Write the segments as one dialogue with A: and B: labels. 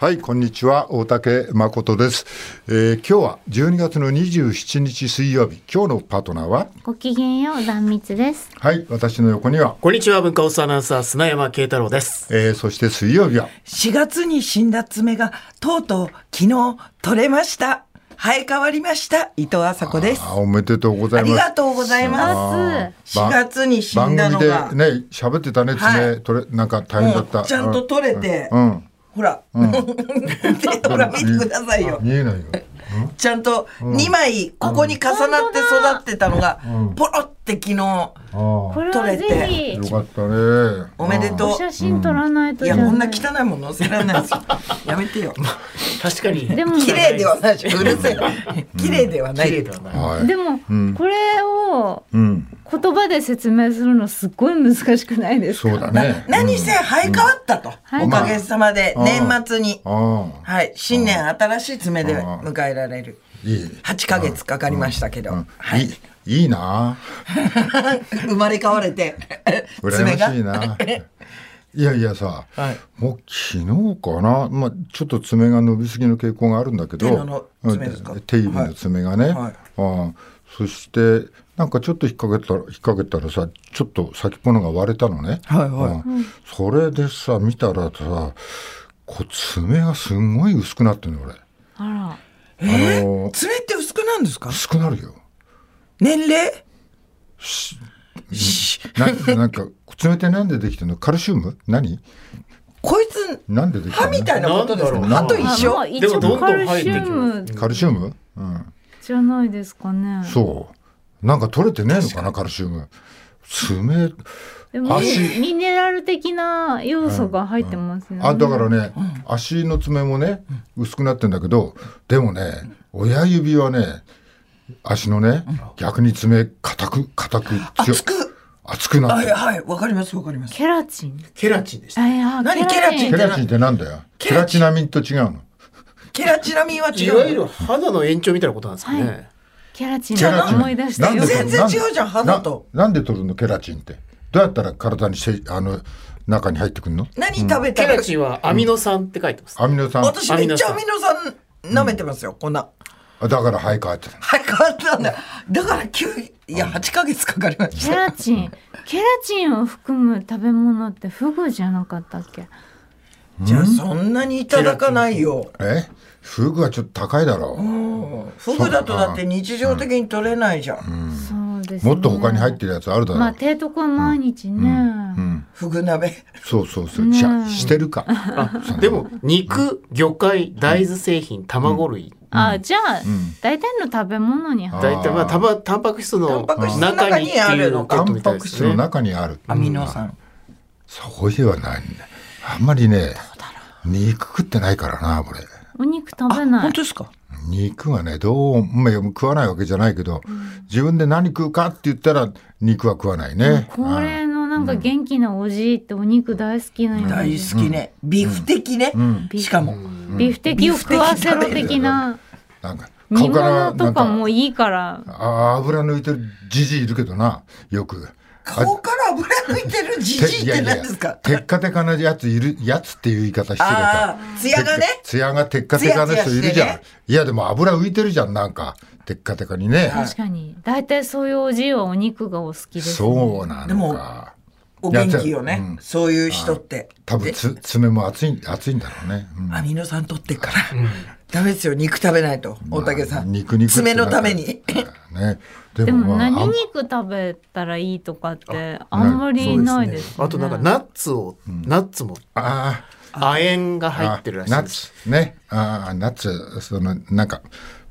A: はい、こんにちは、大竹誠です。えー、今日は12月の27日水曜日、今日のパートナーは、
B: ごきげんよう、残密です。
A: はい、私の横には、
C: こんにちは、文化放送アナウンサー、砂山慶太郎です。
A: えー、そして水曜日は、
D: 4月に死んだ爪がとうとう昨日取れました。生え変わりました。伊藤麻子です。
A: あおめでとうござ
D: あ
A: い
D: り
A: ます。
D: がとうございま
A: あ
D: す。
A: ーば
D: 4月に死
A: 番
D: んだの
A: 組で
D: が、
A: ね、喋ってたね、爪、
D: はい
A: 取れ、なんか大変だった。
D: うんちゃんと取れて
A: うん。うん
D: ほら、でほら見てくださいよ。
A: 見えないよ。
D: ちゃんと2枚ここに重なって育ってたのが
A: うん、
D: ポロって昨日。
A: ああ
B: これはぜひ
A: よ、かったね。
D: おめでとう
B: お写真撮らないと
D: い
B: じゃ
D: や、
B: ない。
D: こんな汚いもの載せられないですよ。やめてよ。
C: 確かに。
B: でも
D: 綺麗ではないでしょ。うるせえ。綺麗ではな
C: 綺
D: い
C: 麗
D: で
C: だ
D: す。
A: うん
C: な。
A: はい。
B: でも、
A: うん
B: これを
A: うん。
B: 言葉で説明するのすっごい難しくないですか。
A: そうだね。
D: 何せ生え変わったと。
B: うん
D: おかげさまで、
A: うん
D: 年末に。
A: ああ。
D: はい、新年新しい爪で
A: うん
D: 迎えられる。
A: いい。
D: 8ヶ月かかりましたけど、
A: うん
D: はいい、
A: い、いいな。
D: 生まれ変われて
A: 羨
D: 爪
A: ま
D: が
A: しいな。 いやいやさ、
D: はい
A: もう昨日かな、まあ、ちょっと爪が伸びすぎの傾向があるんだけど
D: 手のの爪ですか
A: うん手指の爪がね、
D: はいは
A: あ
D: い
A: あそしてなんかちょっと引っ掛けたら引っ掛けたらさちょっと先っぽのが割れたのね、
D: はいはい
A: うんそれでさ見たらさこう爪がすんごい薄くなってるの俺、
B: あ
A: あのー
D: 爪って薄くなんですか
A: 薄くなるよ
D: 年齢
A: ななんか爪ってなんでできてるのカルシウム何
D: こいつ
A: なんでできて
D: 歯
A: るの
D: みたいなことですか
A: なんだろうな
B: ら。
D: 歯と一
B: あま
D: 緒
B: あ一
C: でもど
B: 応
C: ん
B: カ
C: どん
B: ル
C: 生えて
B: シ
C: くる
B: ウム
A: カルシウム、うん
B: じゃないですかね。
A: そう。なんか取れてねえのかな、カルシウム。爪、
B: でもミ
A: 足
B: ミネラル的な要素が入ってますよね。
A: あ、だからね、足の爪もね、薄くなってんだけど、でもね、親指はね、足のね、逆に爪、硬く、硬く、強
D: 熱く
A: 熱くなっ
D: はい
A: てる。
D: はいわかりますわかります
B: ケラチン。
C: ケラチンでした。
B: あいや
D: 何ケラチン
A: ケラチンってなんだよ。ケ
D: ケ
A: ラ
D: ラ
A: チ
D: チン
A: ナミンと違うの。
D: ケラチナミンは違
C: いうわゆる肌の延長みたいなことなんですかね。
B: ケラチン
A: ケラチン。
B: 思い出したよ
A: なんで。
D: 全然
A: なんで
D: 違うじゃん肌と
A: ななんで取るの、ケラチンって。どうやったら体にせ、あの、中に入ってくるの
D: 何食べ
C: ケ
D: たら、
C: ラチンはアミノ酸って書いてます。
A: アミノ酸。
D: 私めっちゃ
C: ア
D: ア
C: ミ
D: ミノ酸舐めてますよ、こんな
A: あだから生え変わってる。
D: はい変わったんだだから9いや8ヶ月かかりまし
B: ケ
D: た
B: ラチン。ケラチンを含む食べ物ってフグじゃなかったっけ。
D: じゃあそんなにいただかないよ
A: えフグはちょっと高いだろう。
D: フグだとだって日常的に取れないじゃん。
B: そうです、ね。
A: もっと他に入ってるやつあるだろう。
B: まあ提督は毎日ね、
D: フグ鍋。
A: そうそうそう。じゃあしてるか。
C: あでも、肉、魚介、大豆製品、卵類。
B: あじゃあ、大体の食べ物に入
A: あ
B: る
C: 大体、まあ、たば、タンパク質の
D: タンパク質の
C: 中
D: 中
C: に
D: に
C: って
D: あ
C: い
D: る
C: うこ
D: の
A: タ
C: と
A: ン
C: みた
A: パ
C: いで
A: ク質
C: す
A: の
C: ね。
A: 中にある。
D: アミノ酸。
A: そうではないんだ。あんまりね、肉食ってないからな、これ。
B: お肉食べない
D: 本当ですか。
A: 肉はね、どう、まあ、食わないわけじゃないけど、自分で何食うかって言ったら、肉は食わないね。
B: 高齢のなんか元気なおじいってお肉大好きなよ、
D: 大好きね。ビフ的ね。しかも。
B: ビフテキを食わせろ的な
A: なんか、
B: 煮
A: 顔から、
B: 物
A: な
B: と
A: んか、
B: かもいいから
A: あ油抜いてるじじいいるけどな、よく。
D: 顔から油抜いてるジジイって何ですか。
A: テッカテカなやついる、やつっていう言い方してるか
D: あ。あ、ツヤがね。
A: ツヤがテッカテカの人いる
D: ツヤツ
A: じ
D: ヤ
A: ゃん。
D: してね
A: いや、でも油浮いてるじゃん、なんか。テッカテカにね。
B: 確かに大体そういうおじいはお肉がお好きです、ね、
A: そうな
D: で
A: の
D: も
A: か。
D: お元気よ
A: いや
D: ね。そういう人って。
A: 多分
D: で
A: つ爪も熱い、熱いんだろうね。うん
D: アミノ酸取ってっから。ダメですよ。肉食べないと。大竹さ
A: まあ
D: ん。
A: 肉肉って
D: 爪のために。
A: ね。で
B: でも
A: まあ
B: 何
A: あん
B: 肉食べたらいいとかってあんまりないですね
C: あと、なんか、ナッツを、ナッツも、
A: あ
C: 亜鉛が
A: あ、
C: 入ってるらしい
A: ナッ
C: です。
A: ツ。ね。ああ、ナッツ、その、なんか、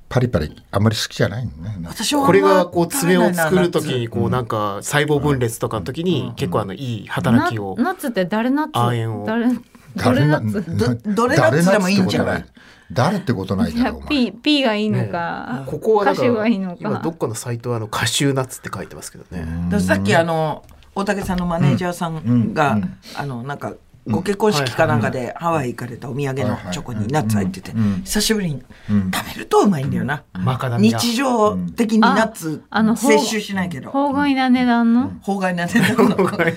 A: パリパリ、あんまり好きじゃないのね。
D: 私はあんま
C: これが、こう、爪を作ると
D: 食
C: き
D: べないな
C: に、こう、なんか、細胞分裂とかのときに、結構、あの、いい働
B: な
C: きを。
B: ナッツって誰ナッツ
C: 亜鉛を
B: 誰誰ナッツ
D: どどれナッツでもいいんじゃない
A: 誰ナッツってこと誰ってことない
B: い
A: だ
B: や
A: ろう、お前。
B: P, P がいいのか、
C: ここはだ
B: 歌
C: か
B: 手が
C: ら
B: いいのか
C: 今どっかのサイトはあのカシューナッツって書いてますけどね。
D: だからさっきあの大竹さんのマネージャーさんが、あのなんかご結婚式かなんかでハワイ行かれたお土産のチョコにナッツ入ってて、
A: ん
D: 久しぶりに
A: うん
D: 食べるとうまいんだよな、
C: マカダミア。
D: 日常的にナッツ
B: ああのほう
D: 摂取しないけど
B: 法外な値段の、
D: 法外な値段 のはい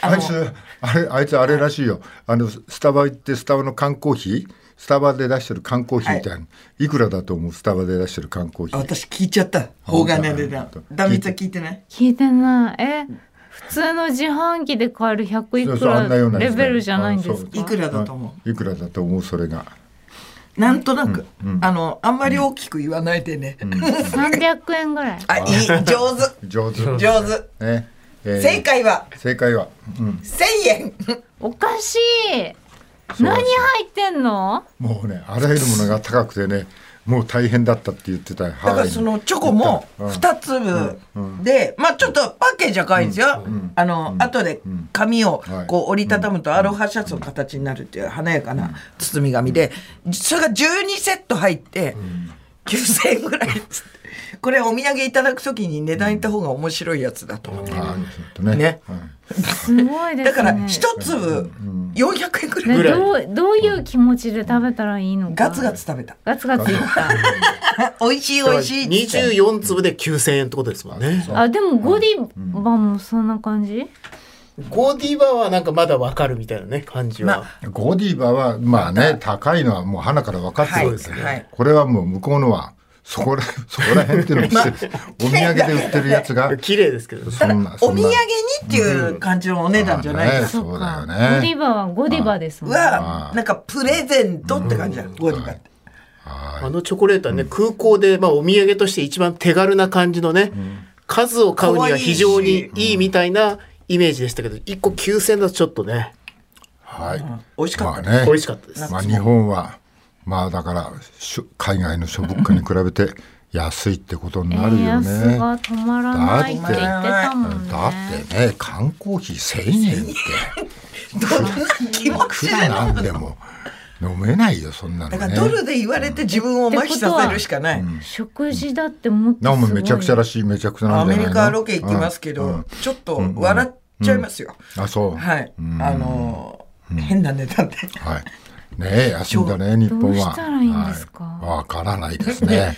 D: あ
A: あ
D: の
A: いつあれあいつあれらしいよあのススタバ行ってスタバの缶コーヒースタバで出してる缶コーヒーみたいな、い、くらだと思うスタバで出してる缶コーヒー
D: 私聞いちゃった法外な値段
A: 本当
D: ダミちゃん聞いてない
B: 聞いてないえ普通の自販機で買える100い
A: そう
B: く
A: そうあんなよう
B: ら
A: なや
B: レ
A: つだ
B: ベ
A: よ
B: ルじゃないんです
A: あ
B: か
D: いくらだと思
A: いくらだと思うそれが
D: うなんとなく、
A: うんうん
D: あのあんまり大きく言わないでね、
B: 300円ぐらい
D: あいい上手
A: 上手
D: 上手
A: ね、えー
D: 正解は
A: 正解は、うん、
D: 1000円
B: おかしい
A: そうら
B: 何
A: しい
B: 入ってんの
A: もうねあらゆるものが高くてねもう大変だったって言ってただ
D: だからそのチョコも2粒で、まあちょっとパッケージは可愛いんですよ。あの、後で紙を
A: はい
D: こう折りたたむとアロハシャツの形になるっていう華やかな包み紙で、それが12セット入って9000円ぐらいです。これお土産いただくときに値段言った方が面白いやつだと思って。
A: あーちょっとね
D: ね
B: すごいですね
D: だから1粒400円ぐらい
B: ね
C: ぐらい
B: どうどういう気持ちで食べたらいいのか
D: ガツガツ食べた。
B: ガツガツいった
D: 美味しい美味しいっ
C: 二
D: つって
C: 十四粒で九千円ってことですもんね。
B: あでもゴディバもそんな感じ、
C: ゴディバはなんかまだわかるみたいなね感じは。
A: うんゴディバはまあね高いのはもう花から分かって
D: は
A: る
D: い。
A: ん
D: は
A: ですよ、
D: い。
A: これはもう向こうのはそこ らそこら辺っていうのをして、お土産で売ってるやつが
C: 綺麗ですけど。
A: そ
D: ただ
A: ん
D: お
A: な
D: 土産にっていう感じのお値段じゃないです
A: ねそうだよ
B: ゴデ
A: ね
B: ィバはゴディバですもんね
D: は
A: あー
D: なんかプレゼントって感じだ、ゴディバって。
A: は
C: あのチョコレートはね、空港で、まあ、お土産として一番手軽な感じのね、数を買うには非常にいいみたいなイメージでしたけど、1個9000だとちょっとね、
A: い、はい、
D: 美味しかったね。
A: まあね
C: 美味しかったです。
A: まあ、日本はまあだからしょ海外の諸物価に比べて安いってことになる
B: 円
A: よ
B: 安
A: ね。
B: が止まらないって言ってたもんね
A: だってね缶コーヒー1,000円って
D: どんな気持ち
A: 普
D: で
A: 段
D: な
A: なんでも飲めないよそんなの
D: だ
A: ね。
D: からドルで言われて自分を麻痺させるしかない。
B: 食事だってもっと
A: な
B: す
A: ん
B: ご
A: も
B: い
A: めちゃくちゃらしいめちゃくちゃな
D: ア
A: んじゃ
D: メ
A: ない
D: リ
A: の
D: カロケ行きますけど、
A: うんうん
D: ちょっと笑っちゃいますよ。
A: あそう、
D: はい。
A: うん
D: あのー変な値段で。
A: はい。ねえ、休んだね、日本は。
B: どうしたらいいんですか
A: はいわ、からないですね。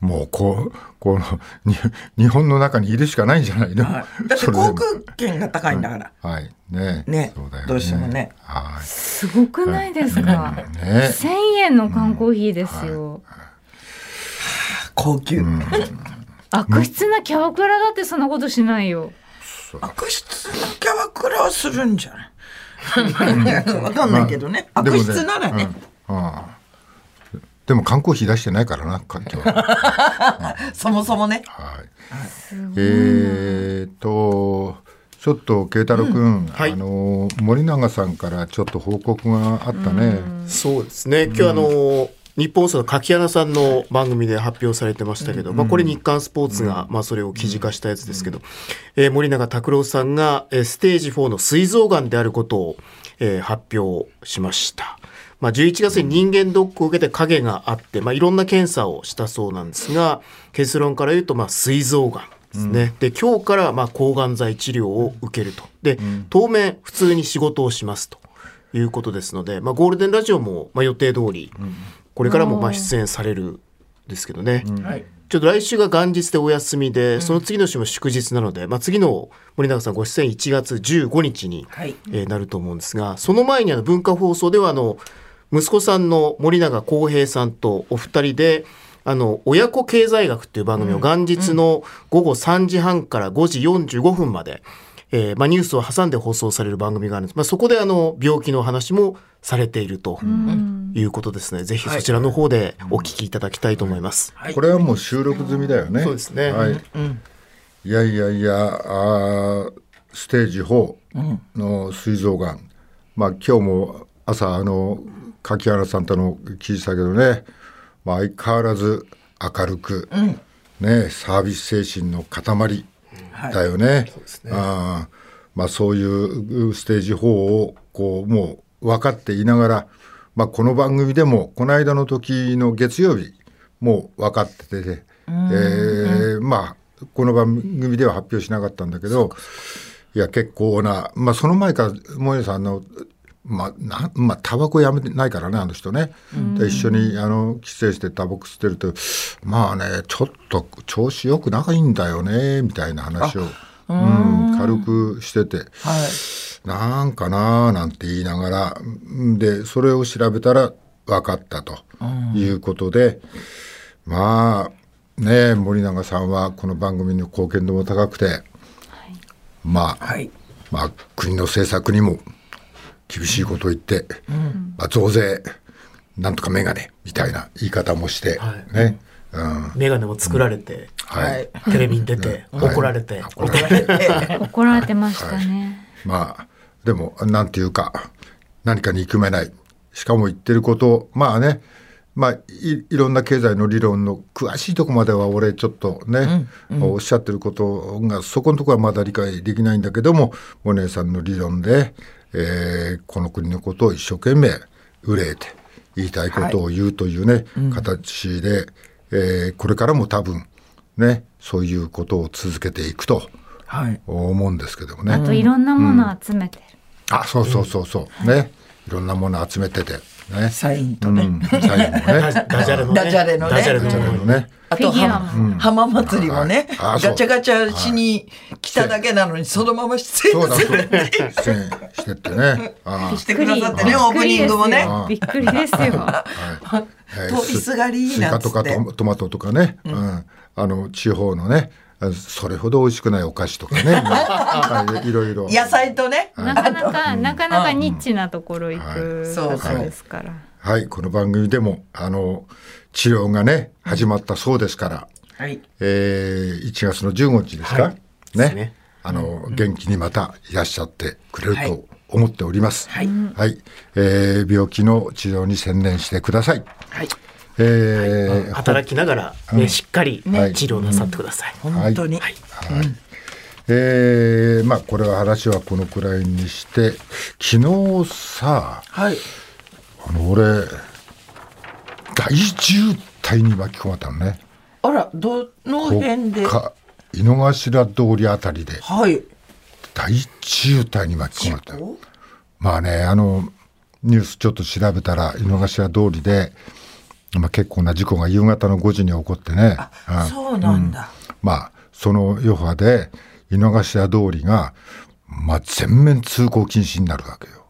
A: もう、こう、この、に日本の中にいるしかないんじゃないの、
D: はい、だって
A: それでも
D: 航空券が高いんだから。
A: はい。ねえ。
D: ね
A: そうだよね。
D: どうしてもね。
A: は
B: すごくないですか
A: い。ね
B: 1000円の缶コーヒーですよ、
D: 高級。
B: 悪質なキャバクラだってそんなことしないよ
D: 悪質なキャバクラはするんじゃない。わかんないけどね。
A: え。でも
D: 悪
A: ね
D: 質ならね。。
A: うん。うんでも缶コーヒー出してないからな、今日は。
D: そもそもね。
A: はい。えーっと、ちょっと慶太郎君、
C: はい
A: あの森永さんからちょっと報告があったね。
C: そうですね。今日あのー日本放送の柿穴さんの番組で発表されてましたけど、まあこれ日刊スポーツが、まあそれを記事化したやつですけど、えー森永卓郎さんが、えーステージ4の膵臓がんであることを、えー発表しました。まあ11月に人間ドックを受けて影があって、まあいろんな検査をしたそうなんですが、結論から言うと、まあ膵臓がん。ですね、で今日からまあ抗がん剤治療を受けるとで、当面普通に仕事をしますとということですので、まあ、ゴールデンラジオも、まあ、予定通り、これからもまあ出演されるんですけどね、ちょっと来週が元日でお休みで、その次の週も祝日なので、まあ、次の森永さんご出演1月15日に、
D: はい
C: えーなると思うんですがその前にあの文化放送ではあの息子さんの森永康平さんとお二人であの親子経済学っていう番組を元日の午後3時半から5時45分まで、えーまあ、ニュースを挟んで放送される番組があるんです、まあ、そこであの病気の話もされているということですね、ぜひそちらの方でお聞きいただきたいと思います。
D: はい
A: これはもう収録済みだよね。
C: そうですね
A: はい。いやいやいや、あーステージ4の膵臓がん。まあ今日も朝あの柿原さんとの記事だけどね、まあ相変わらず明るく、ねサービス精神の塊だよね。あーまあそういうステージ4をこうもう分かっていながら、まあ、この番組でもこの間の時の月曜日もう分かってて、えーまあこの番組では発表しなかったんだけどいや結構な、まあ、その前から萌さんのまあなまあタバコやめてないからねあの人ね、で一緒にあの帰省してタバコ吸ってるとまあねちょっと調子よく仲いいんだよねみたいな話を、うん、軽くしてて。
D: はい。
A: なんかなーなんて言いながらんでそれを調べたら分かったということで、まあねえ森永さんはこの番組の貢献度も高くて、まあ、
D: はい。
A: まあ国の政策にも厳しいことを言って、まあ、増税なんとか眼鏡みたいな言い方もして、
C: はい
A: ね、うん、
C: メガネも作られて、
A: はい、
C: テレビに出て、
A: はい
C: 怒られて、
A: 怒られて
B: 怒られてましたね。
A: まあでもなんていうか何か憎めないしかも言ってることをまあねまあいいろんな経済の理論の詳しいとこまでは俺ちょっとね、おっしゃってることがそこのとこはまだ理解できないんだけどもお姉さんの理論で、えーこの国のことを一生懸命憂えて言いたいことを言うというね、形で、えーこれからも多分ねそういうことを続けていくと
D: はい。
A: 思うんですけどもね。
B: あといろんなものを集めてる。
A: あそうそうそうそう、ねいろんなもの集めててね
D: サイン
A: う
D: とね。
A: んサインも
C: ダジ
A: ね
C: ダジャレのね。
D: ダジャレのね
C: ダジャレの
A: ダジャレの
C: ね。
A: ね
D: あと
B: フィギュアも
D: 浜、浜祭りもね、
A: はいあ
D: ガ
A: そう
D: チャガチャしに来ただけなのに、そのまま出
A: そう
D: 演
A: だ
D: す
A: そう
D: る
A: だ出演してってねあ
D: してくださってね、オープニングもね。
B: びっくりですよ。びっくりですよ。
A: はいえー
D: 通りすがり
A: スイ
D: なん
A: カ
D: つ
A: と
D: っ
A: か
D: て
A: トマトマトとかね、うんあの地方のねあそれほど美味しくないお菓子とか ね、はい、いろいろ
D: 野菜とね、
B: なかなか、なかなかニッチなところ行く
D: はい
B: 方ですから。
A: はいこの番組でもあの治療がね始まったそうですから、
D: はい、
A: えー、1月の15日ですか、
C: はいで
A: ね
C: すね
A: あの、元気にまたいらっしゃってくれる
D: はい
A: と思っております。
D: はい
A: はいえー病気の治療に専念してください。
D: はい、
A: えー
C: 働きながら、ね、しっかり治
A: はい
C: 療なさってください。
D: 本当に。
A: えーまあこれは話はこのくらいにして昨日さ
D: はい、
A: あの俺大渋滞に巻き込まれたのね
D: あら、どの辺で。は
A: か井の頭通りあたりで
D: い。
A: 大渋滞に巻き込まれた。
D: お
A: まあね、あの、ニュースちょっと調べたら、井の頭通りで、まあ、結構な事故が夕方の5時に起こってね、うん
D: そうなんだ。
A: まあ、その余波で、井の頭通りが、まあ、全面通行禁止になるわけよ。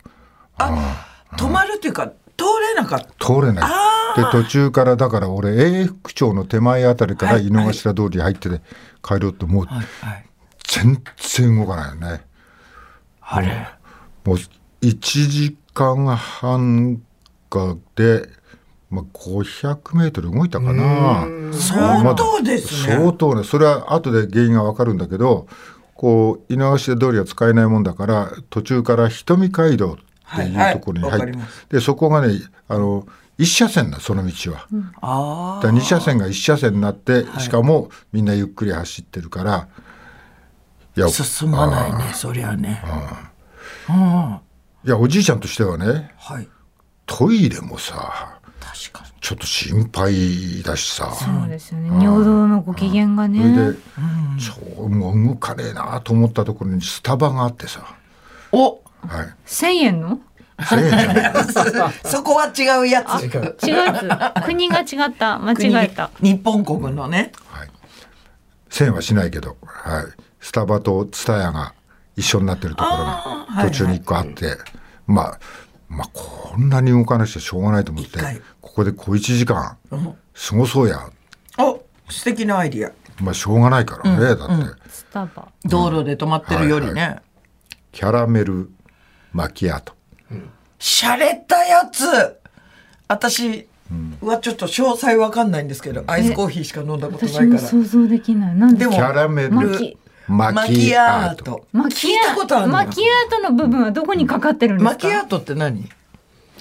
D: 止まるというか、通れなかった。
A: 通れない。で、途中から、だから俺、永福町の手前あたりから
D: はい
A: 井の頭通り入ってね帰ろうと、もう、
D: はい。
A: 全然動かないよね。
D: あれ。
A: もう1時間半かで、まあ、500メートル動いたかな。
D: 相当ですね
A: 相当ね。それは後で原因がわかるんだけど、こう、稲橋通りは使えないもんだから、途中から瞳街道っていうところに
D: は
A: 入
D: いはいわか
A: っ
D: り
A: て
D: ま、
A: で、そこがね、あの、一車線な、その道は。
D: あ
A: だから二車線が一車線になって、しかもみんなゆっくり走ってるから、いや
D: あ、進まないね、そりゃね。うん。
A: いや、おじいちゃんとしてはね、
D: はい。
A: トイレもさ、
D: 確かに。
A: ちょっと心配だしさ。
B: そうですよね。尿道のご機嫌が
A: それで
B: ね。、
A: そうもう動かねえなと思ったところにスタバがあってさ、
D: お
A: はい、
B: 千円の。
A: 1000円じゃない
D: そこは違うやつ。
B: 違うやつ。国が違った。間違えた。
D: 国日本国のね。
A: はい、1000円はしないけど、はい、スタバとツタヤが一緒になってるところが
D: はいはい
A: 途中に1個あって、まあ、まあこんなに動かなくちゃしょうがないと思って
D: 一回、
A: ここで小1時間
D: うん
A: 過ごそうや、
D: お素敵なアイディア。
A: まあしょうがないからね、だって、
B: スタバ。
D: 道路で止まってるよりね。
A: はいキャラメルマキアート。
D: 洒落たやつ私はちょっと詳細わかんないんですけど、アイスコーヒーしか飲んだこと
B: 私
D: ない
B: も
D: から
B: 想像できない。なん
D: で
B: で
D: も。
A: キャラメル
B: マキ
A: マ
D: マ
A: キ
D: キ
A: ア
D: ア
A: ー
D: ー
A: ト。
D: ト
B: マキ
D: 聞いたことあ
B: ア
D: るの
B: マキアートの部分はどこにかかってるんですか。
D: マキアートって何ど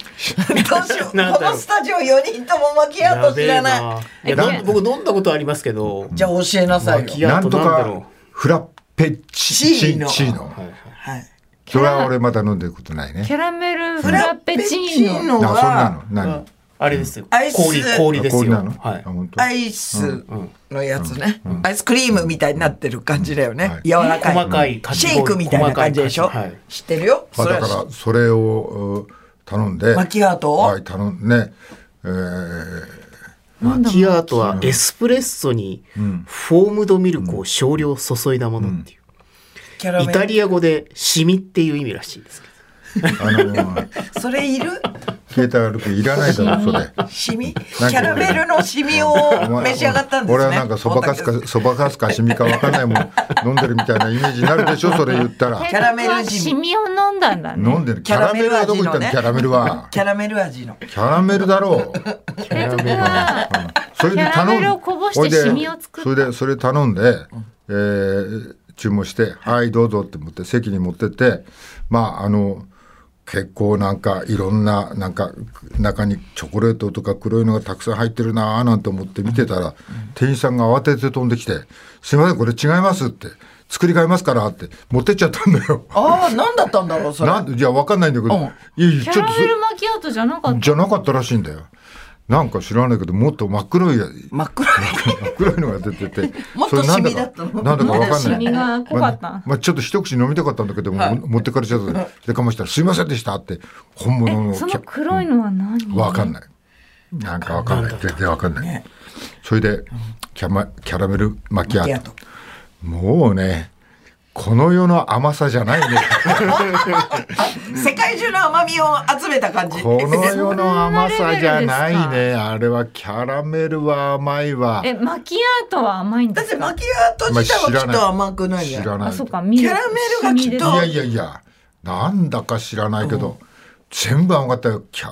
C: なん
D: うしようこ
C: だろう
D: のスタジオ4人ともマキアート知らない
C: いやなん僕飲んだことありますけど、
D: じゃあ教えなさい
C: マ
D: よ
C: キア
A: な
C: ート
A: んと
C: なんだろう
A: かフラッペチ
D: チー
A: ーノ
D: ノ
A: チーノ。
D: はい、
A: それは俺まだ飲んでることない
B: キ
A: ね。
B: ャラメルフラペチーノ。
D: ノ
A: あ、そんなの。何
C: あれですよ。
D: アイス
C: 氷、氷です
A: 氷
C: よ。
A: なの、
C: はい
A: あ。本当
D: アイス
C: うん
D: のやつね、アイスクリームみたいになってる感じだよね、柔らかい
C: 細かいかき
D: シ
C: 氷
D: ェイクみたいな感じでしょ、
C: 細かいかき
D: 知ってるよ
A: まあ、
D: そ
A: だ
D: れは
A: からそれをう頼んで
D: マキアートを
A: はい頼んで、えー
C: マキアートはエスプレッソにフォームドミルクを少量注いだものっていう。
D: キャラ
C: イタ
D: メ
C: リア語でシミっていう意味らしいですけど。
A: あの
D: ルそれいる
A: 消えた歩くいらないだろそれ。
D: シミキャラメルのシミを
A: お前
D: 召し上がったんですね
A: 俺はなんかそばかすかそばかすかしみかわかんないもん飲んでるみたいなイメージになるでしょそれ言った ら
D: キャラメルジム
B: シミを飲んだんだね。
A: 飲んでるキャラメルはどこ行ったのキャラメルは
D: キャラメル味の
A: キャラメルだろう
C: キャラメルは
A: それで
B: キャラ
A: 頼
B: メルを
A: ん
B: こぼして
A: ほいで
B: シミを作った
A: それでそれ頼んで、えー注文して「はいどうぞ」って持って席に持ってってまああの結構なんかいろんななんか中にチョコレートとか黒いのがたくさん入ってるなーなんて思って見てたら、店員さんが慌てて飛んできて「すいませんこれ違います」って「作り変えますから」って持ってっちゃったんだよ。
D: ああ何だったんだろうそれ
A: なんじゃあ分かんないんだけど、
D: うん
A: いやい
B: キ
A: やち
B: ャ
A: ょっと
B: ラメルマキアートじゃなかった。
A: じゃなかったらしいんだよ。なんか知らないけどもっと真っ黒いや
D: 真っ黒い
A: 黒いのが出てて
D: もっ
A: そ
D: と
A: れなん
D: シミ
A: だ
D: だ
A: か
D: ったの
A: なんだかわかん
B: シ
A: ない
B: ミが濃かった
A: ま。まあ、ちょっと一口飲みたかったんだけども、持ってかれちゃったででかましたら「すいませんでした」って本物の
B: その黒いのは何？
A: わかんないなんかわかんない全然わかんない、
D: ね
A: それでキャマキャラメルマキア
D: い
A: ー
D: や
A: ト
D: と
A: もうねこの世の甘さじゃないね
D: 世界中の甘みを集めた感じ
A: この世の甘さじゃな
B: そん
A: い
B: なレベル
A: ねあれはキャラメルは甘いわ
B: え、マキアートは甘いんで
D: だっ
B: す
D: て
B: か
D: マ。キアート自体はきっと甘くないじゃ
A: 知
D: ん
A: らない
B: あ、そうか。ミルク
D: キャラメルがきっと
A: いやいやいや、なんだか知らないけど、全部甘かったよ。キャ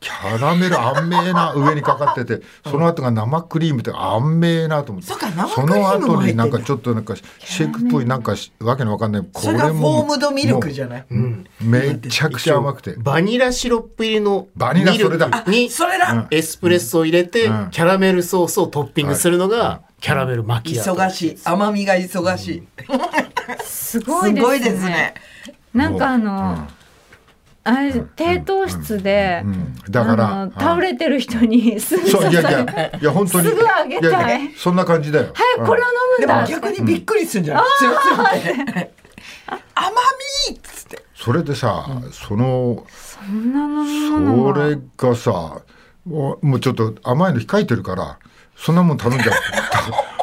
A: キャラメル甘えな上にかかってて、その後が生クリームって甘えなと思って。
D: そうか生ク
A: そ
D: リームも
A: の
D: 入って
A: 後に
D: んだ
A: なんかちょっとなんかシェイクっぽいなんかしわけのわかんない。こ
D: それがフォームドミルクじゃ
A: い。
D: ない
A: めちゃくちゃ甘くて。
C: バニラシロップ入りの
A: バニラそれだ
C: ミルクに
D: それだ、
C: エスプレッソを入れて、
A: うん
C: キャラメルソースをトッピングするのが、キャラメルマキアート。
D: 忙しい甘みが忙しい、
B: すご
D: す
B: いですね。
D: ごいですね
B: なんかあの、あれ低糖質で、
A: うんだから
B: あの
A: うん
B: 倒れてる人にすぐ刺
A: そうい
B: さ
A: やい
B: れる。
A: やいや本当に。
B: すぐあげたい
A: ややそんな感じだよ。
B: 早くこれを飲む
D: で
B: んだ
D: も。逆にびっくりするんじゃない強すぎて甘みっつって
A: それでさ、その
B: そんな飲み物
A: そ
B: は。
A: れがさもうもうちょっと甘いの控えてるからそんなもん頼んじゃ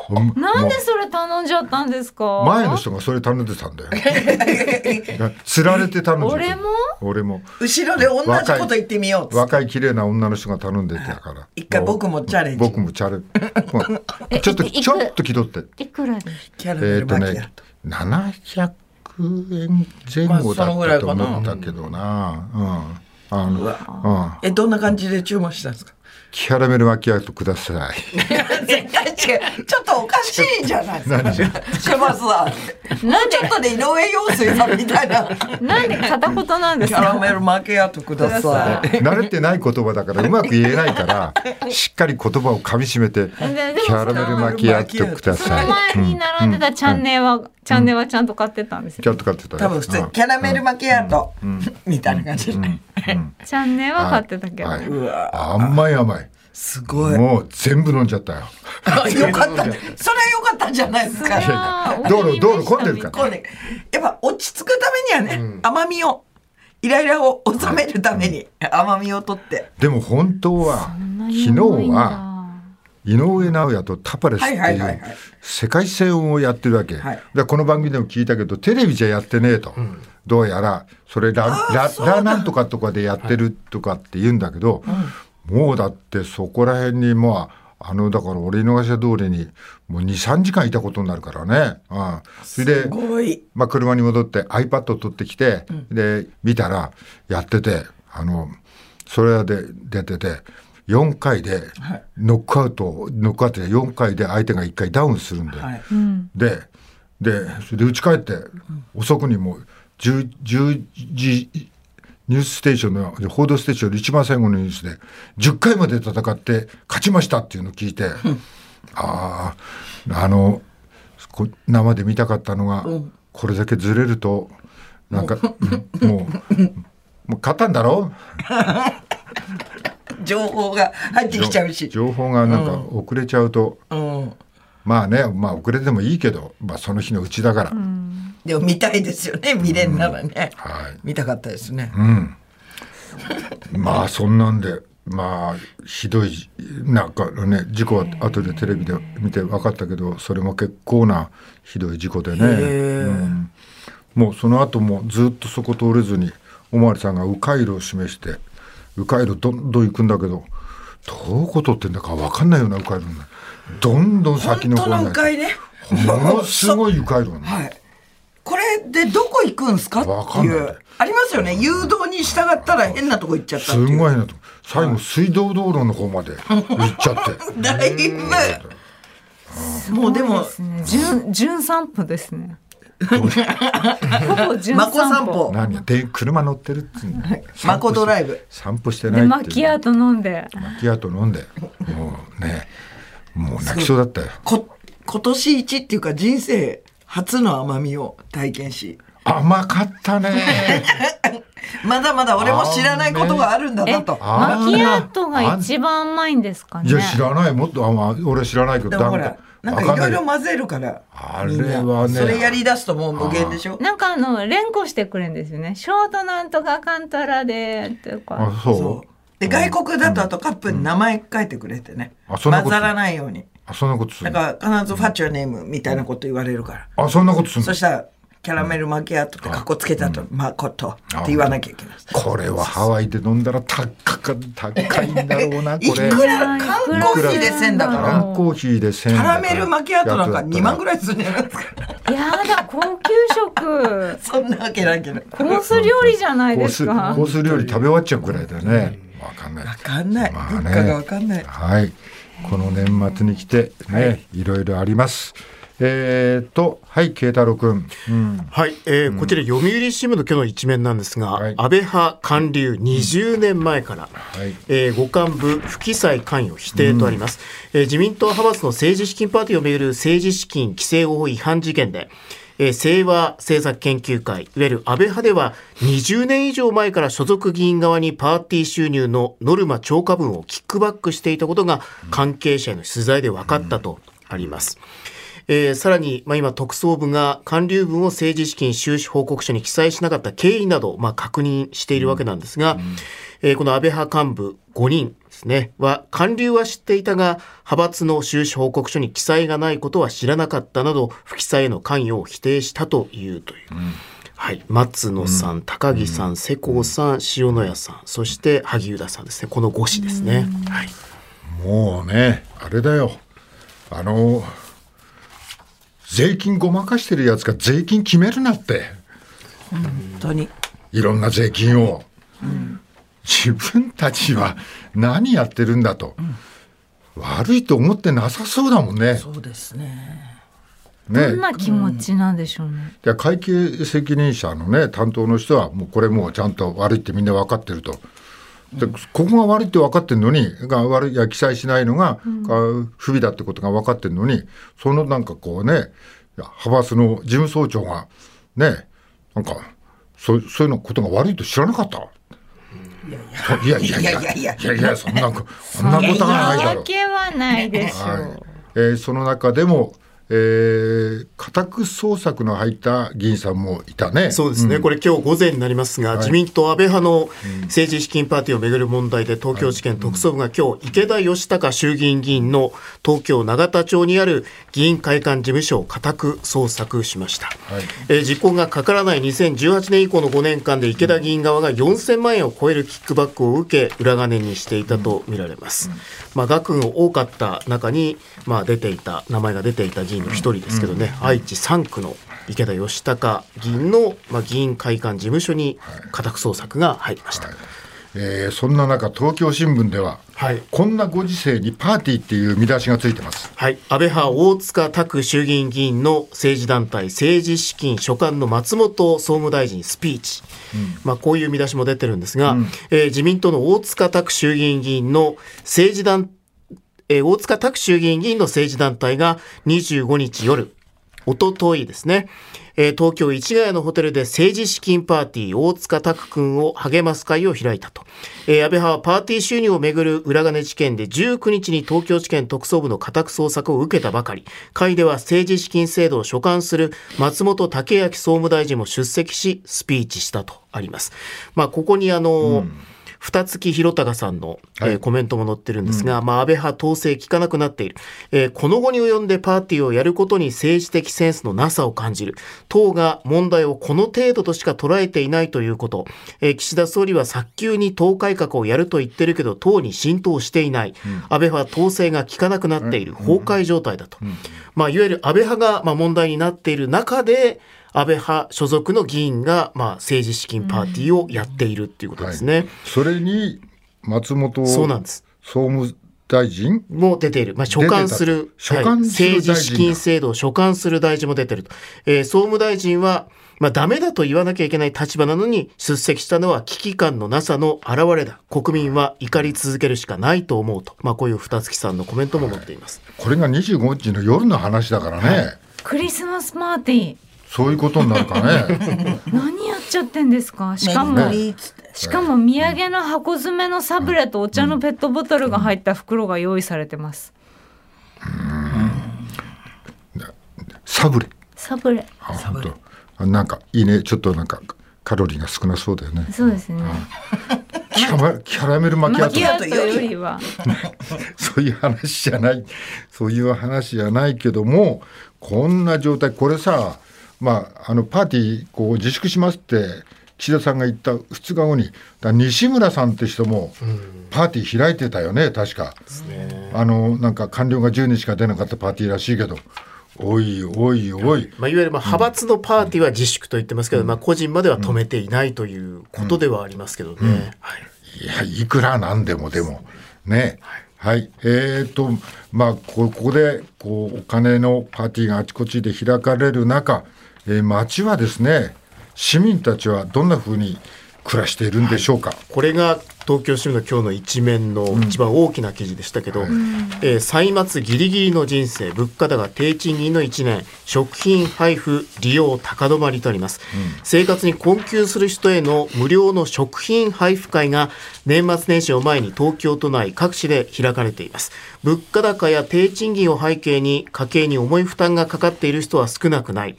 A: うもう
B: なんでそれ頼んじゃったんですか。
A: 前の人がそれ頼んでたんだよ釣られて頼んでた
B: 俺も
A: 俺も
D: 後ろで同じこと言ってみようっつって
A: 若い綺麗な女の人が頼んでたから
D: 一回僕もチャレンジ
A: 僕もチャレンジもうちょっと
B: いくいく
A: ちょっと気取って
B: いくらです
D: キャラメ
A: え
D: ル
A: っと
D: マキアー
A: ね
D: ト、
A: 700円前後だったと思ったけどな、うんあの
D: う
A: うん
D: えどんな感じで注文したんですか
A: キャラメルマキアートください
D: 絶対違うちょっとおかしいじゃないですかしてますわってもうちょっとで井上陽水さんみたいな
B: か。なんで片言なんで
D: キ
B: す
D: ャラ
B: か。
D: メルマキアートくだ さい
A: 慣れてない言葉だからうまく言えないからしっかり言葉をかみしめてキ
B: でも
A: ャラメル巻きやってくだ
B: その
A: さい。
B: 前に並んでたチャンネルは、チャンネルはちゃんと買ってたんです
A: ち
B: よ。
A: ょっと買ってたね
D: 多分普通にキャラメルマキアートみたいな感じで
B: チャンネルは買ってたけど。
A: はい
D: うんうわ
A: 甘い甘い。
D: すごい
A: もう全部飲んじゃったよ。
D: あよかったそれはよかったんじゃないですか
B: それは
A: 道路道路混んでるから
D: こうねやっぱ落ち着くためにはね、甘みをイライラを収めるために甘みを取って
A: でも本当は昨日は井上尚弥とタパレスって
D: はいはい
A: い
D: はい
A: う
D: はい
A: 世界戦をやってるわけ、
D: はい
A: でこの番組でも聞いたけどテレビじゃやってねえと、どうやらそれラララなんとかとかでやってるとかって言うんだけど、もうだってそこら辺にまああのだから俺井の頭通りにもう23時間いたことになるからね、うん、それ
D: す
A: で、
D: ごい
A: まあ、車に戻って iPad を取ってきて、で見たらやっててあのそれで出てて4回でノックアウト、ノックアウトで4回で相手が1回ダウンするんで、
D: はい
A: ででそれで打ち返って遅くにもう 10, 10時ニュースステーションの報道ステーションの一番最後のニュースで10回まで戦って勝ちましたっていうのを聞いて、あああのこ生で見たかったのが、これだけずれるとなんかもうもうもう勝ったんだろ
D: 情報が入ってきちゃうし。
A: 情報がなんか遅れちゃうと、
D: うん。
A: まあねまあ遅れてもいいけど、まあ、その日のうちだから、
D: でも見たいですよね。見れんならね。
A: はい
D: 見たかったですね。
A: まあそんなんでまあひどいなんかね事故は後でテレビで見て分かったけどそれも結構なひどい事故でね、
D: ー
A: うんもうその後もずっとそこ通れずにおまわりさんが迂回路を示して迂回路どんどん行くんだけどどうことってんだか分かんないような迂回路になるどんどん
D: 本
A: 先の
D: 当
A: 方
D: の迂
A: にな
D: 回
A: る
D: ね。
A: ものす ごい迂回路になる
D: はい。これでどこ行くんですか
A: わ
D: って
A: かん
D: い。
A: ないう
D: ありますよね。誘導に従ったら変なとこ行っちゃった
A: す
D: って
A: ん
D: いう。
A: ごいなと最後水道道路の方まで行っちゃって。
D: だいぶ。もうでも、
B: すね純純散歩ですねほぼ純
D: まこ
B: 散
D: 散
B: 歩
D: 歩。
A: 何やで車乗ってるっつうんだよ
D: マコドライブ
A: 散歩してな
B: で
A: いっていう
B: マキアート飲んで
A: マキアート飲んでもうねもう泣きそうだったよ
D: こ、今年一っていうか人生初の甘みを体験し、
A: 甘かったね
D: まだまだ俺も知らないことがあるんだ
B: え
D: なと。
A: あ
B: マキアートが一番甘いんですかね
A: いや知らないもっとあまあ俺知らないけ
D: で
A: ど
D: も
A: だ
D: ほ
A: ん
D: ら
A: だ、
D: なんかいろいろ混ぜるから。
A: あれはね
D: みんなそれやり出すともう無限でしょ
B: なんかあの連呼してくれるんですよね。ショートなんとかかんたらでとか。
A: あそう
D: そう。で、外国だとあとカップに名前書いてくれてね。
A: あそんなこ
D: 混
A: と
D: ざらないように。
A: あそんなことす
D: だ
A: る
D: から必ずファッチューネームみたいなこと言われるから。
A: あそんなことする
D: そしたら、キャラメルマキアートってかっこつけたと、マコトって言わなきゃいけない。
A: これはハワイで飲んだら高か高いんだろうなこ
D: い
A: れ
D: くら缶コーヒーでせんだから。
A: 缶コーヒーで1000円だ
D: キャ
A: から
D: ラメルマキアートなんか2万ぐ
A: い
D: らいするんじゃないですか。
B: やだ高級 食
D: そんなわけないけど。
B: コース料理じゃない
A: コー
B: で
A: ス
B: す
A: コ
B: か。
A: ース料理食べ終わっちゃうぐらいだよねわかんない
D: わかんない。
A: まあね
D: 物価がわかんない。
A: はい。この年末に来てね、い、ろいろあります。えー、と、はい、慶太郎くん。うん。
C: はい、えーこちら読売新聞の今日の一面なんですが、
A: はい
C: 安倍派韓流20年前から、
A: い
C: えー、五幹部不記載関与否定とあります、えー自民党派閥の政治資金パーティーをめぐる政治資金規正法違反事件で、えー、清和政策研究会いわゆる安倍派では20年以上前から所属議員側にパーティー収入のノルマ超過分をキックバックしていたことが関係者への取材で分かったとあります。えーさらに、まあ、今、特捜部が官流分を政治資金収支報告書に記載しなかった経緯など、まあ、確認しているわけなんですが、えーこの安倍派幹部5人ですね、は、官流は知っていたが、派閥の収支報告書に記載がないことは知らなかったなど、不記載への関与を否定したというという。はい、松野さん、高木さん、世耕さん、塩野谷さん、そして萩生田さんですね、この5氏ですね。はい
A: もうね、あれだよ。あの、税金ごまかしてるやつが税金決めるなって。
D: 本当に。
A: いろんな税金を。自分たちは何やってるんだと。悪いと思ってなさそうだもんね。
D: そうですね。
A: ね。
B: どんな気持ちなんでしょうね。
A: で会計責任者のね担当の人はもうこれもうちゃんと悪いってみんな分かってると。でここが悪いって分かってるのにが悪いいや記載しないのが、が不備だってことが分かってるのにそのなんかこうねいや派閥の事務総長がねなんかそうそういうのことが悪いと知らなかったいやいやいやいやい
D: いやいやいや
A: やいやそんなこそんなことはないだろ
B: わ
A: う。
B: けはないでしょ
A: は
B: う。
A: いえーその中でも、えー家宅捜索の入った議員さんもいたね。
C: そうですね、これ、今日午前になりますが、自民党安倍派の政治資金パーティーをめぐる問題で、東京地検特捜部が今日池田義孝衆議院議員の東京・永田町にある議員会館事務所を家宅捜索しました。
A: はい
C: えー時効がかからない2018年以降の5年間で池田議員側が4000万円を超えるキックバックを受け裏金にしていたとみられます、まあ、額が多かった中に、まあ、出ていた名前が出ていた議員の一人ですけどね、愛知3区の池田義孝議員の、まあ、議員会館事務所に家宅捜索が入りました、
A: えーそんな中東京新聞では、
C: はい
A: こんなご時世にパーティーっていう見出しがついてます。
C: はい、安倍派大塚拓衆議院議員の政治団体政治資金所管の松本総務大臣スピーチ、まあ、こういう見出しも出てるんですが、えー自民党の大塚拓衆議院議員の政治団、えー大塚拓衆議院議員の政治団体が25日夜おとといですね、えー東京市ヶ谷のホテルで政治資金パーティー大塚拓君を励ます会を開いたと、えー安倍派はパーティー収入をめぐる裏金事件で19日に東京地検特捜部の家宅捜索を受けたばかり会では政治資金制度を所管する松本武明総務大臣も出席しスピーチしたとあります。まあ、ここにあの、二月広隆さんの、
A: はい
C: えーコメントも載ってるんですが、まあ、安倍派統制聞かなくなっている、えーこの後に及んでパーティーをやることに政治的センスのなさを感じる党が問題をこの程度としか捉えていないということ、えー岸田総理は早急に党改革をやると言ってるけど党に浸透していない、安倍派統制が効かなくなっている、崩壊状態だと、まあ、いわゆる安倍派がまあ問題になっている中で安倍派所属の議員がまあ政治資金パーティーをやっているっていうことですね。
A: それに松本
C: そうなん
A: 総
C: です。
A: 務大臣
C: もう出ている。まあ、所管する。
A: 出てたと所管する
C: はい、政治資
A: 大臣
C: 金
A: だ
C: 制度を所管する大臣も出てると。えー総務大臣は、まあ、ダメだと言わなきゃいけない立場なのに、出席したのは危機感のなさの表れだ。国民は怒り続けるしかないと思うと。まあ、こういう二月さんのコメントも持っています。
A: これが25日の夜の話だからね、
B: クリスマスパーティ
A: そういうことになるから ね
B: ー何やっちゃってんですかしかも、
D: メリーつって
B: しかも土産の箱詰めのサブレとお茶のペットボトルが入った袋が用意されてます
A: サブレ
B: サブレ
A: あ本当あなんかいいねちょっとなんかカロリーが少なそうだよね
B: そうですね
A: キャラキャラメル巻き
B: マ
A: 跡
B: キ
D: ア
B: ア
D: ー
B: ー
D: ト
B: ト
D: より
B: よりは
A: そういう話じゃないそういう話じゃないけどもこんな状態これさまああのパーティーこう自粛しますって岸田さんが言った2日後にだから西村さんって人もパーティー開いてたよね確か。あのなんか官僚が10人しか出なかったパーティーらしいけどおいおいおい
C: まあ、いわゆるまあ派閥のパーティーは自粛と言ってますけど、まあ、個人までは止めていないということではありますけどね。はい
A: いや、いくらなんでもでも。ね。はい。えっ、と、まあ、こここで、こう、お金のパーティーがあちこちで開かれる中、えー街はですね、市民たちはどんなふうに暮らしているんでしょうか。
C: これが東京新聞の今日の一面の一番大きな記事でしたけど、えー歳末ギリギリの人生物価高低賃金の1年食品配布利用高止まりとあります、生活に困窮する人への無料の食品配布会が年末年始を前に東京都内各地で開かれています物価高や低賃金を背景に家計に重い負担がかかっている人は少なくない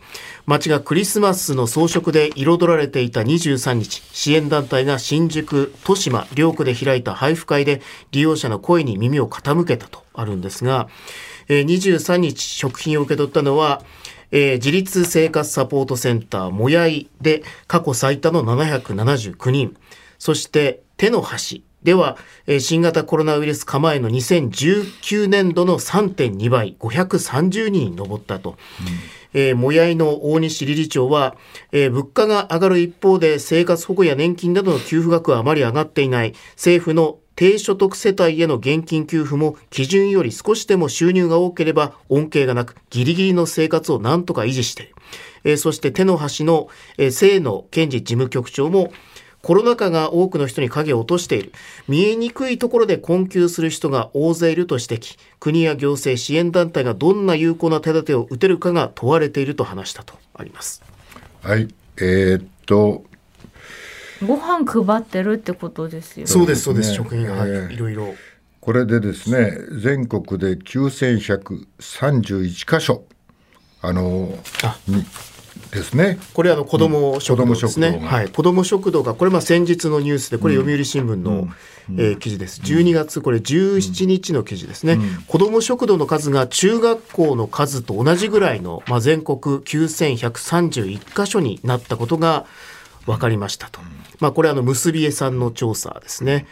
C: 街がクリスマスの装飾で彩られていた23日支援団体が新宿豊島両区で開いた配布会で利用者の声に耳を傾けたとあるんですが、えー23日食品を受け取ったのは、えー自立生活サポートセンターもやいで過去最多の779人そして手の端では、えー新型コロナウイルス禍前の2019年度の3.2倍、530人に上ったと。えーもやいの大西理事長は、えー物価が上がる一方で生活保護や年金などの給付額はあまり上がっていない政府の低所得世帯への現金給付も基準より少しでも収入が多ければ恩恵がなくギリギリの生活をなんとか維持している、えーそして手の端の、えー、清野健治事務局長もコロナ禍が多くの人に影を落としている。見えにくいところで困窮する人が大勢いると指摘。国や行政、支援団体がどんな有効な手立てを打てるかが問われていると話したとあります。
A: はい。えーっと、
B: ご飯配ってるってことですよ
C: そうです、そうです。
A: ね
C: 職員が、はい
A: ええ
C: いろいろ。
A: これでですね、全国で9131箇所、あの、
C: あ
A: にですね。
C: これあの子ども食堂です
A: 子
C: ね、
A: 供食堂が
C: はい、子ども食堂がこれまあ先日のニュースでこれ読売新聞の、えー記事です12月これ17日の記事ですね、子ども食堂の数が中学校の数と同じぐらいの、まあ、全国9131箇所になったことが分かりましたと、まあ、これあの結びえさんの調査ですね、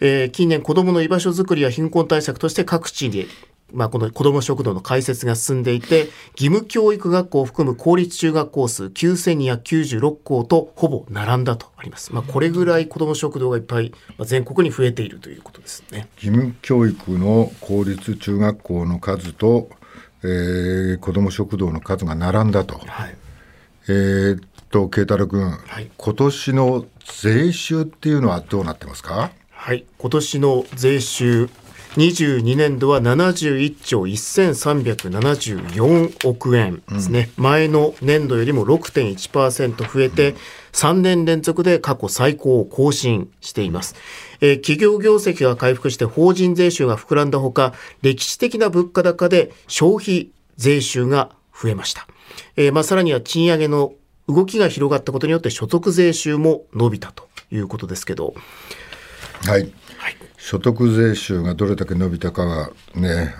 C: えー近年子どもの居場所づくりや貧困対策として各地でまあ、この子ども食堂の開設が進んでいて義務教育学校を含む公立中学校数9296校とほぼ並んだとあります、まあ、これぐらい子ども食堂がいっぱいまあ全国に増えているということですね。
A: 義務教育の公立中学校の数と、えー子ども食堂の数が並んだと。
C: はい、
A: えーっと慶太郎君、
C: い
A: 今年の税収っていうのはどうなってますか
C: はい、今年の税収、 22年度は71兆1374億円ですね、前の年度よりも6.1%増えて、3年連続で過去最高を更新しています、えー企業業績が回復して法人税収が膨らんだほか歴史的な物価高で消費税収が増えました、えーまあ、さらには賃上げの動きが広がったことによって所得税収も伸びたということですけど、
A: はい、所得税収がどれだけ伸びたかはね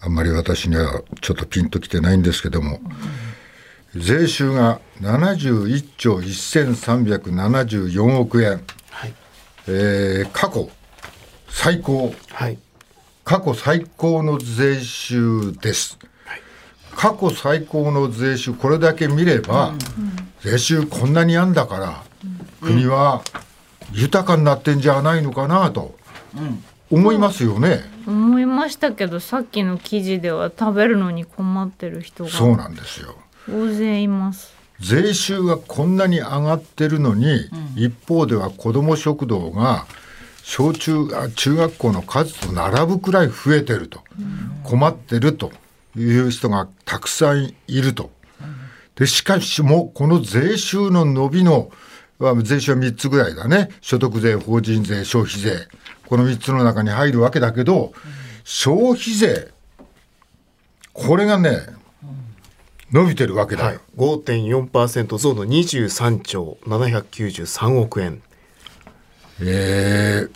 A: あんまり私にはちょっとピンときてないんですけども、税収が71兆1374億円、
C: はい
A: えー過去最高
C: はい、
A: 過去最高の税収です、過去最高の税収これだけ見れば、税収こんなにあんだから、国は豊かになってんじゃないのかなと思いますよね、
B: 思いましたけどさっきの記事では食べるのに困ってる人が
A: そうなんですよ
B: 大勢います
A: 税収がこんなに上がってるのに、一方では子ども食堂が小中あ中学校の数と並ぶくらい増えてると、困ってるという人がたくさんいると。でしかしもこの税収の伸びのあ税収は3つぐらいだね所得税法人税消費税この3つの中に入るわけだけど、消費税これがね伸びてるわけだよ。
C: はい、5.4%増の23兆793億円
A: えー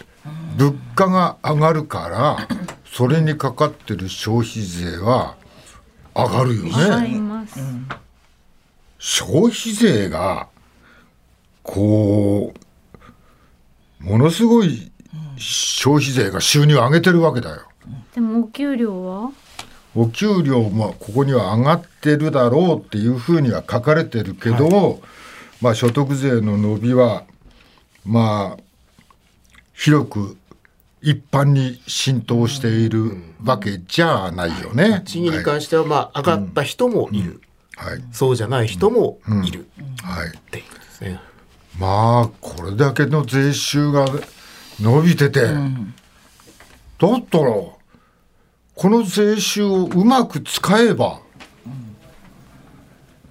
A: 物価が上がるからそれにかかってる消費税は上がるよね、
B: あります、
A: 消費税がこうものすごい消費税が収入を上げてるわけだよ
B: でもお給料は
A: お給料もここには上がってるだろうっていうふうには書かれてるけど、まあ所得税の伸びはまあ広く一般に浸透しているわけじゃないよね。
C: 賃金に関してはまあ上がった人もいる、
A: はい、
C: そうじゃない人もいる
A: はい、
C: っていうことですね、
A: まあこれだけの税収が伸びてて、だったらこの税収をうまく使えば、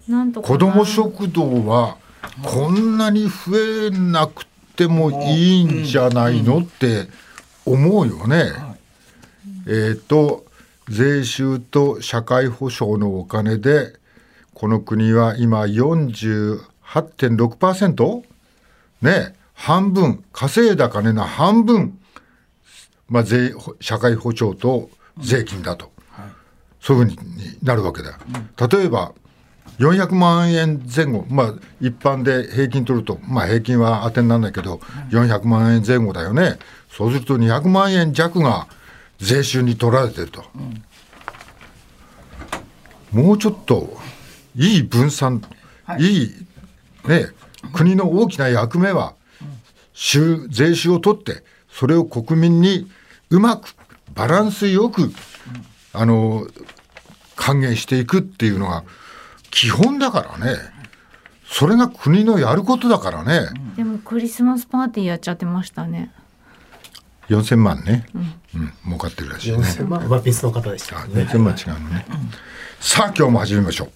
B: なんとか
A: 子ども食堂はこんなに増えなくてもいいんじゃないのって思うよね。えっと税収と社会保障のお金でこの国は今48.6%ね半分稼いだ金の半分、まあ、税社会保障と税金だと、そういうふうになるわけだよ。例えば400万円前後、まあ、一般で平均取ると、まあ、平均は当てにならないけど、400万円前後だよね、そうすると200万円弱が税収に取られてると、もうちょっといい分散、い、いね、国の大きな役目は、収税収を取って、それを国民にうまく、バランスよく、あの還元していくっていうのが基本だからねそれが国のやることだからね、
B: でもクリスマスパーティーやっちゃってましたね
A: 4000万ね、うん、儲かってるらしいね
C: まあ、別の方でした
A: あ4000万違うのね、さあ今日も始めましょう